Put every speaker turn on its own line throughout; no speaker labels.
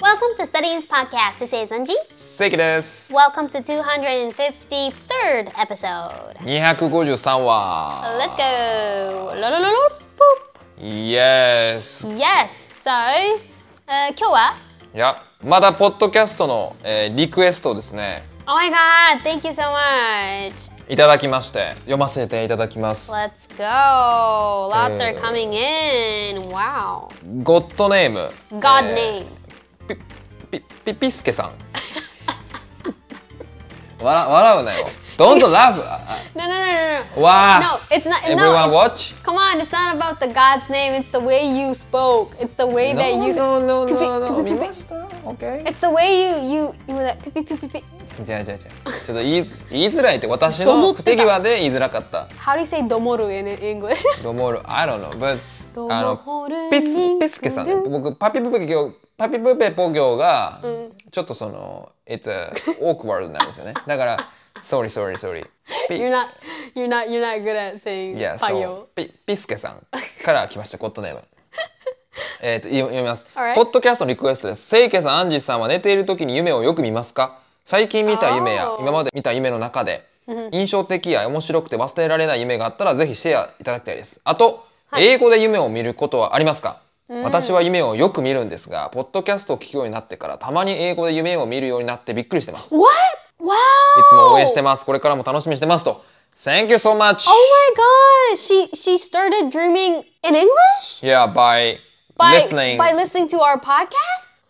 Welcome to Studying's podcast. This is Anji.
関です。
Welcome to 253rd episode.
253話。
Let's go. ロロロロポ
Yes。
ッ Yes. So, uh, えー今日は。
いや、まだポッドキャストの、えーリクエストをですね。
Oh my god! Thank you so much.
いただきまして、読ませていただきます。
Let's go. Lots
Uh.
are coming in. Wow.
ゴッドネーム。
God
え
name.
ーピピピピスケさん。笑笑うなよ。Don't laugh.
No, no, no, no, no.
わあ。
No, it's not.
Everyone
no, it's-
watch.
Come on, it's not about the God's name. It's the way you spoke. It's the way that you.
No, no, no,
ピ
no,
ピ
no.
ピ
見ました？OK。
It's the way you you you were like pee, pee, pee, pee, pee.
じゃあじゃあじゃあ。ちょっと言い言いづらいって私
と思
の
って
不
た
手際で言いづらかった。
How do you say domoru in English?
ドモール、I don't know, but
ドモ
あ
ホルリン
のピ
ク
ス
ル
ピスケさんね、僕パピプペ業パピプペポ業がちょっとその、it's a awkward なんですよね。だから、sorry sorry sorry。ピ
You're not you're not you're not good at saying
いや、
パ
そ
ヨ
う。ピピスケさんから来ました、ゴッドネ ーム。えっと、読読みます。
Alright
ポッドキャストのリクエストです。せいけさん、アンジーさんは寝ている時に夢をよく見ますか最近見た夢や
Oh
今まで見た夢の中で印象的や面白くて忘れられない夢があったらぜひシェアいただきたいです。あと、英語で夢を見ることはありますか私は夢をよく見るんですが、ポッドキャストを聞くようになってからたまに英語で夢を見るようになってびっくりしてます。い
What? Wow!
つも応援してます。これからも楽しみにしてますと。Thank you so much!
Oh my god! She she started dreaming in English?
Yeah, by,
By
listening.
by listening to our podcast?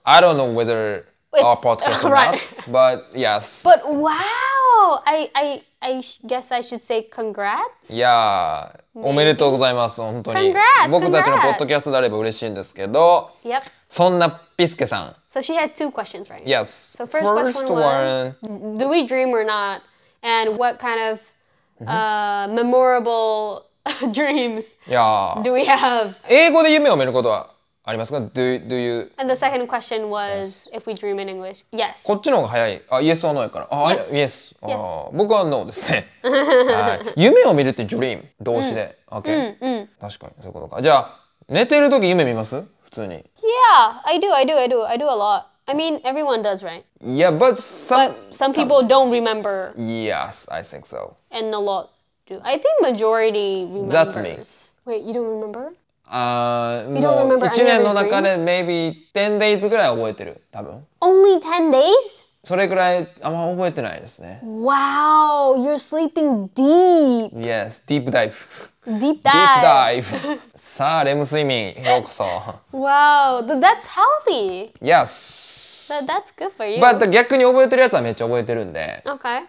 I don't know whether
It's-
our podcast or
right.
not, but yes.
But wow! I I I sh- guess I should say congrats.
いやー、おめでとうございます、本当に
Congrats,。
僕たちの
congrats.
ポッドキャストであれば嬉しいんですけど、
Yep.
そんなピスケさ
So she had two questions, right?
ん、Yes.
So first, question was, do we dream or not, and what kind of uh, memorable dreams
one- いやー
do we have?
英語で夢を見ることはありますか do, do you...
And the second question was if we dream in English. Yes.
こっちの方が早い。あ、イエスはノーやから。あ、イ
Yes.
エス。あー僕はノーで すね。はい夢を見るって dream 動詞で。OK 確かにそういうことか。じゃあ寝てる時夢見ます？普通に。
Yeah, I do, I do, I do, I do a lot. I mean, everyone does, right?
Yeah, but Um, some
But some people don't remember,
Yes, I think so.
and a lot do. I think majority remembers.
That's me.
Wait, you don't remember?
あ
don't
ーもう
remember
1年の中で
any other
maybe 10 days ぐらい覚えてる多分
Only ten days?
それぐらいあんま覚えてないですね
Wow, you're sleeping deep,
Yes, deep dive
deep dive.
Deep dive さあ、レム睡眠ようこそ
Wow, th- that's healthy.
Yes
That, that's good for you.
But 逆に覚えてるやつはめっちゃ覚えてるんで
okay.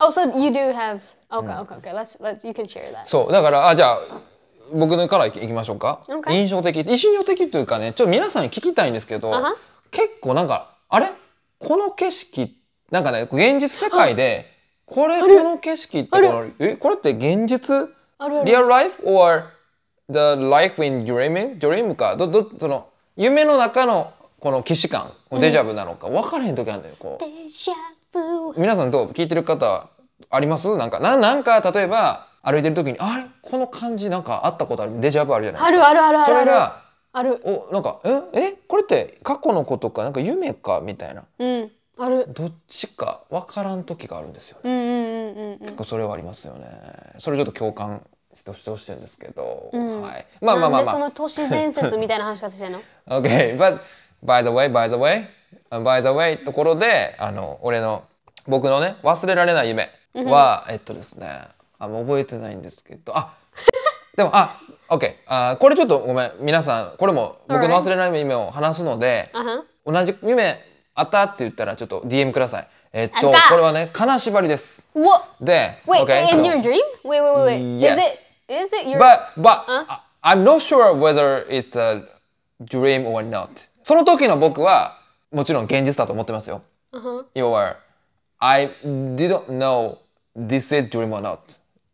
Oh, so you do have. Okay,
Mm.
okay, okay. Let's let's you can share that.
そう、だからあ、じゃあ僕のからいきいきましょうか
Okay
印象的印象的というかね、ちょっと皆さんに聞きたいんですけど
Uh-huh
結構なんか、あれこの景色なんかね、現実世界でこれ、この景色ってこのえ、これって現実
あるある
real life or the life in dreaming? dream かど、ど、その夢の中のこの既視感こうデジャブなのか分からへん時あるんだよ、こう
Deja vu.
皆さんどう聞いてる方ありますなんかななんか例えば歩いてる時にあれこの感じなんかあったことあるデジャブあるじゃないですか
あるあるあるあ
そ
る
れ
ある。
が
ある。
おなんかええこれって過去のことかなんか夢かみたいな
うん。ある。
どっちかわからん時があるんですよ
う
ね
んうんうんうんうん。
結構それはありますよねそれちょっと共感してほしいんですけど、はいまあまあま
な
あ
んでそ
ま
の都市伝説みたいな話が してんの
あ OK but by the way by the way by the way ところであの俺の僕のね忘れられない夢は、えっとですねあもう覚えてないんですけどあでもあ OK あこれちょっとごめん皆さんこれも僕の忘れられない夢を話すので、
あはん。
同じ夢あったって言ったらちょっと DM くださいえっ
あ
と
った
これはね金縛りです
What?
で
Wait, in
so-
your dream? Wait, wait, wait, wait.
Yes.
Is it? Is it your?
But but、
Huh?
I- I'm not sure whether it's a dream or not. その時の僕はもちろん現実だと思ってますよ。要は I didn't know this is dream or not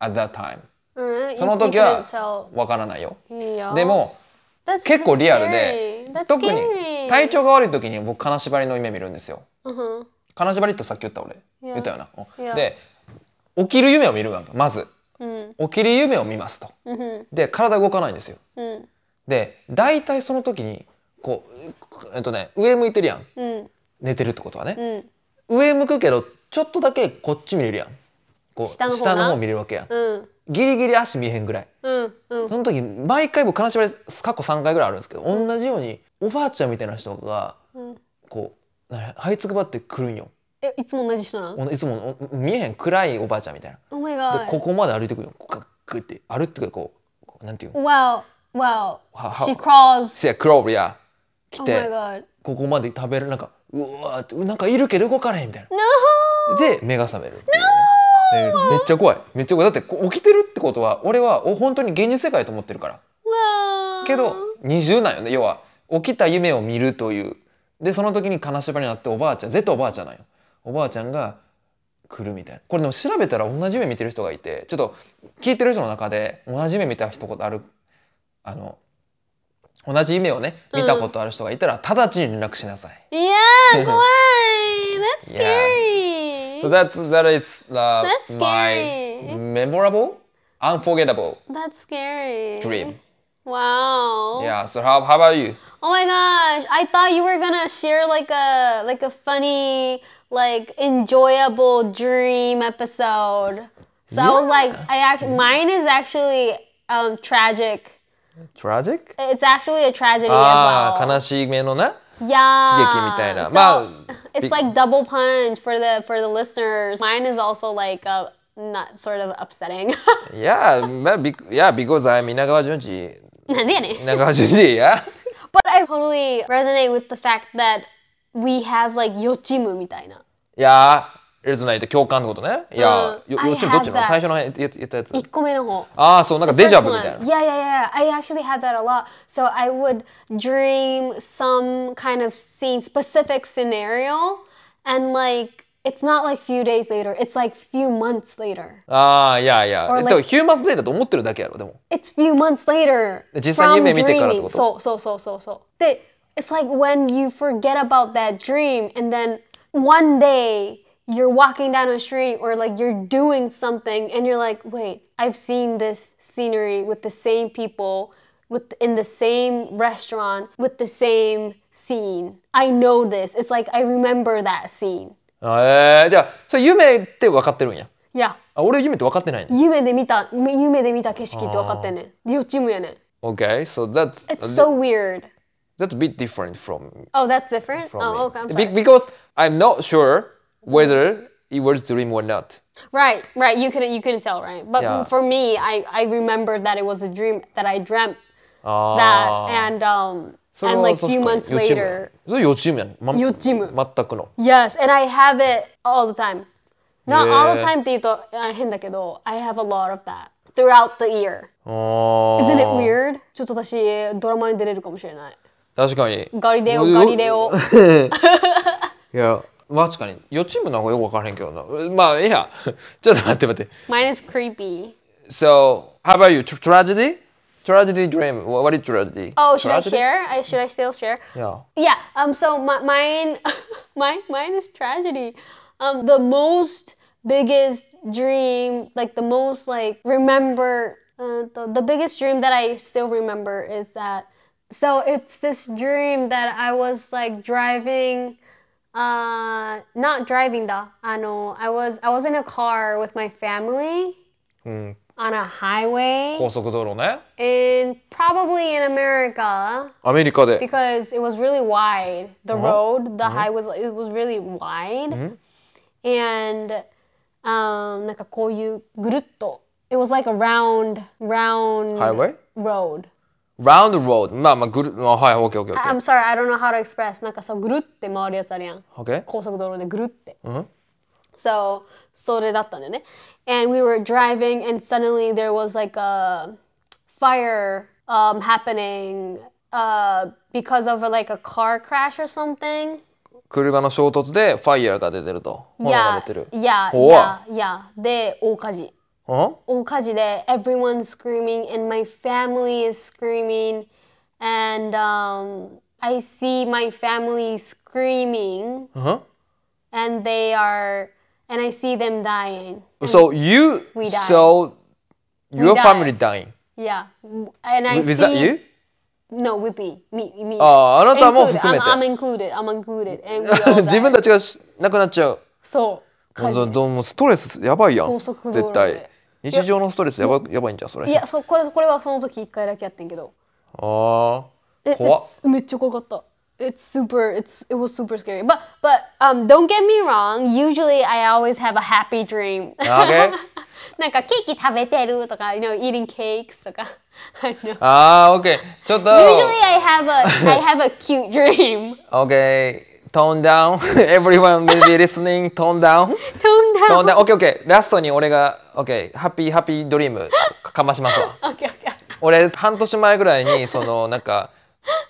at that time.
Alright, you-
その時
you couldn't
は
tell.
わからないよ。
Yeah.
でも
That's-
結構
that's
リアルで
scary. That's
特に
scary.
体調が悪い時に僕金縛りの夢見るんですよ。
うん
金縛りってさっき言った俺言ったよな。うん
Yeah.
で起きる夢を見るわけまず、起きる夢を見ますと。
うん
で体動かないんですよ。
うん。
で大体その時にこうえっとね上向いてるやん
うん
寝てるってことはね、
うん
上向くけどちょっとだけこっち見れるやんこう
下の方な
下の方見れるわけやん
うん
ギリギリ足見えへんぐらい
うんうん
その時毎回僕悲しみです過去3回ぐらいあるんですけど同じようにおばあちゃんみたいな人が
うん
こうな這いつくばってくるんよ
えいつも同じ人なの
おいつもお見えへん暗いおばあちゃんみたい
Oh my
な
god
でここまで歩いてくるよグッグッて歩いてくるこうこうなんていうの
Wow Wow
は
She
は
crawls
シェクロールや来
Oh my
て
god
ここまで食べるなんかうわーってうなんかいるけど動かれへんみたいな
No
で目が覚めるっていうね、でめっちゃ怖いめっちゃ怖いだってこう起きてるってことは俺はお本当に現実世界と思ってるから
Wow
けど二重なんよね要は起きた夢を見るというでその時に金縛りになっておばあちゃん絶対おばあちゃんなんよおばあちゃんが来るみたいなこれでも調べたら同じ夢見てる人がいてちょっと聞いてる人の中で同じ夢見た人ことあるあの同じ夢をね見たことある人がいたら、直ちに連絡しなさい。
Yeah 怖い That's
Yes.
scary
So that's that is the
That's
my
scary.
memorable, unforgettable
That's scary
dream.
Wow
Yeah. So how how about you?
Oh my gosh, I thought you were gonna share like a like a funny, like enjoyable dream episode. So I was like, I actually mine is actually um tragic.
Tragic?
It's actually a tragedy
ああ
as
ー
well.
悲しい目のね
Yeah.
悲劇みたいな。
So
まあ、
it's like double punch for the for the listeners. Mine is also like a not sort of upsetting.
Yeah, ma- be- yeah, because I'm Inagawa Junji.
なんでやねん
Inagawa Junji, yeah.
But I totally resonate with the fact that we have like 予知夢みたいな。
Yeah, resonate 共感ってことね。いや、
うん
よ
I
幼稚園どっち
had
なの
that.
最初の辺言言ったやつ。
1個目の方。
ああ、そうなんかデジャブみ
First
たい
one.
な。
Yeah, yeah, yeah. I actually had that a lot. So I would dream some kind of scene, specific scenario, and like it's not like few days later. It's like few months later.
ああ、いやいや。
Or
え
like-
っと、ヒューマンスデーだと思ってるだけやろ、でも。
It's few months later.
実際に夢見てからってこと？
So so so so so. It's like when you forget about that dream, and then one day you're walking down a street or like you're doing something, and you're like, wait, I've seen this scenery with the same people, with in the same restaurant, with the same scene. I know this. It's like I remember that scene.
ええ、じゃあ、それ夢って分かってるんや。
Yeah.
あ、俺夢って分かってないね。
夢で見た夢で見た景色って分かってんねん。予知夢やねん。
Okay, so that's
It's so weird.
that's a bit different from
Oh, that's different.
from me.
oh, okay. I'm
Be-
sorry.
because I'm not sure whether it was dream or not.
right, right. You couldn't, you couldn't tell, right? But
Yeah.
for me, I, I remembered that it was a dream that I dreamt
ああ。
that, and um,
それ
and
は
like
確か
few
に
months
予知夢
later,
それ予知夢やん、ま、
予知夢
全くの
yes, and I have it all the time. Not all the
Yeah.
time, eh, って言うとあれ変だけど I have a lot of that throughout the year.
あ
Isn't it
ー
weird? ちょっと私ドラマに出れるかもしれない。
確かに
ガリレオ
よ
ガリレオ
いや確かに予知夢なんかよく分からへんけどなまあいいや ちょっと待って待って
Mine is creepy.
So how about you Tr- tragedy tragedy dream Wha- what is tragedy
Oh, should I
Tragedy?
share? I should I still share?
yeah
Yeah. Um. So my, mine, my mine is tragedy. Um. The most biggest dream, like the most like remember, uh, the, the biggest dream that I still remember is that. So it's this dream that I was like driving, uh, not driving though. I know I was I was in a car with my family on a highway
高速道路ね
in probably in America
アメリカで
because it was really wide. The road, the highway was it was really wide, and um, なんかこういうぐるっと it was like a round round
Highway?
road.
round the road まあまあぐるまあはい OKOKOK、
I- I'm sorry, I don't know how to express. なんかさぐるって回るやつあるやん。
OK
高速道路でぐるって。So それだったんだよね。And we were driving and suddenly there was like a fire um, happening uh, because of like a car crash or something.
車の衝突でファイヤーが出てると炎
Yeah,
が出てる
yeah,
おお
yeah, yeah. で大火事。
うん
大火事で everyone's screaming and my family is screaming and um, I see my family screaming
うん
and they are and I see them dying.
So you
We die.
so your
die.
family dying.
Yeah. And I
Is
see
that you?
No, with me. Me, me.
あああなたも
Included.
含め
I'm, I'm
て
included. I'm included. And we all
自分
died.
たちがしなくなっちゃう
そう。
もうどもうストレスやばいやん
高
絶
速道路
対
で
日常のストレスやばやばいんじゃんそれ
いや、そうこれこれはその時一回だけやってんけど。
あ
え
あ怖っ
it's- めっちゃ怖かった。It's super, it's, it was super scary. But, but, um, don't get me wrong. Usually I always have a happy dream.
Okay.
なんかケーキ食べてるとか、you know, eating cakes とか。I know.
あー OK ちょっと
Usually I have a, I have a cute dream.
OK tone down everyone will be listening tone down
Tone down.
tone down OKOK ラストに俺が OK ハッピーハッピードリームかかましますわ
Okay, okay.
俺半年前ぐらい にそのなんか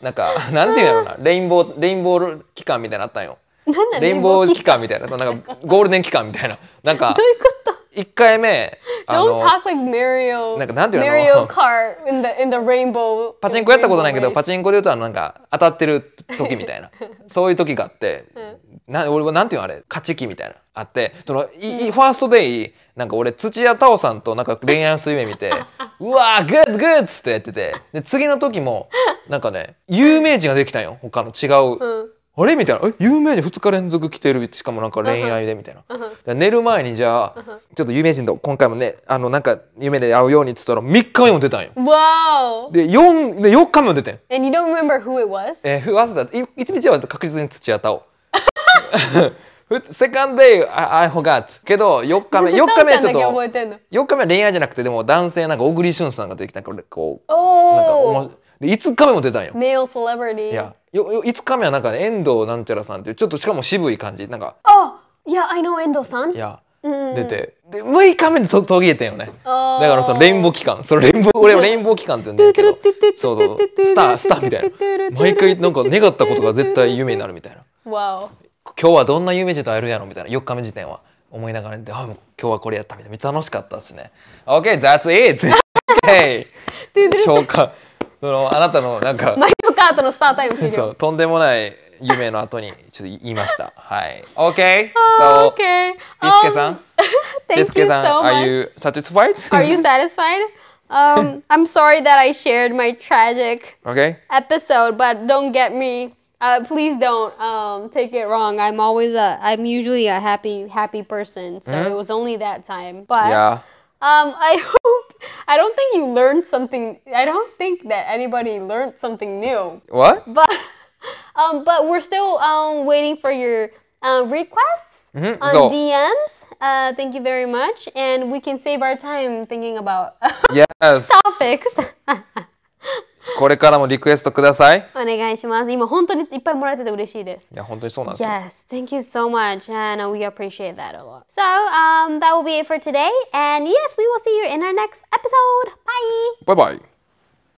なんかなんていうんだろうなレインボーレインボー期間みたいなのあったんよ
なんだ
レインボー期
期間
間みたいななんかゴールデン期間みたいななんか
どういうこと
一回目あ
Don't
の
talk like Mario.
なんかなんていう
Mario
の
Kart in the in the rainbow.
パチンコやったことないけど
rainbow race.
パチンコで言うとあのなんか当たってる時みた いなそういう時があって、な俺はなんていうのあれ勝ち気みたいなあってそのい、いファーストデイなんか俺土屋太鳳さんとなんか恋愛する夢見 てうわーグッドグッドっつってやっててで次の時もなんかね有名人ができたんよ他の違う、
うん
あれみたいなえ有名人2日連続来てるしかもなんか恋愛でみたいな。
うん
で寝る前にじゃあちょっと有名人と今回もねあのなんか夢で会うようにっつったら3日目も出たんよ
Wow.
で 4, で4日目も出てん
And you don't remember who it was?
えー、ふわせだい一日は確実に土屋太鳳 ふセカンドデイ I, I forgot けど4日目4日 目はちょっ
タンちゃんだけ覚
と
えてんの。
4日目は恋愛じゃなくてでも男性なんか小栗旬さんが出てきたなんかこうなんかおもし
Oh.
で5日目も出たんよ
Male celebrity.
いやよよ5日目はなんか、ね、遠藤なんちゃらさんっていうちょっとしかも渋い感じなんか
Oh. Yeah, I know Endo さん。
いや
うん
出てで6日目にと途切れてんよね
あー
だからそのレインボー期間それレインボー俺はレインボー期間って言うんだけどそうそうスタースターみたいな毎回なんか願ったことが絶対夢になるみたいな
Wow.
今日はどんな夢人と会えるやろみたいな4日目時点は思いながらであもう今日はこれやったみたいな楽しかったですね OK that's it OK 消化そのあなたのなんか
マリオカートのスタータイム終
そ
了。
うとんでもない夢の後にちょっと言いましたはい OK
Oh,
so
okay.
リスケさ
Um,
んリ
Thank
ス
you
ケさん
so
are
much.
you satisfied?
Are you satisfied? Um, I'm sorry that I shared my tragic
OK
episode, but don't get me. Uh, please don't um, take it wrong. I'm always a. I'm usually a happy, happy person. So it was only that time. But
Mm-hmm. yeah
um, I hope. I don't think you learned something. I don't think that anybody learned something new.
what?
But um, but we're still um, waiting for your uh, requests on
so-
DMs. Uh, thank you very much, and we can save our time thinking about
Yes
トピックス
これからもリクエストください
お願いします。今本当にいっぱいもらえてて嬉しいです。
いや本当にそうなんですよ
Yes, thank you so much, and we appreciate that a lot. So, um, that will be it for today, and yes, we will see you in our next episode. Bye.
バイバイ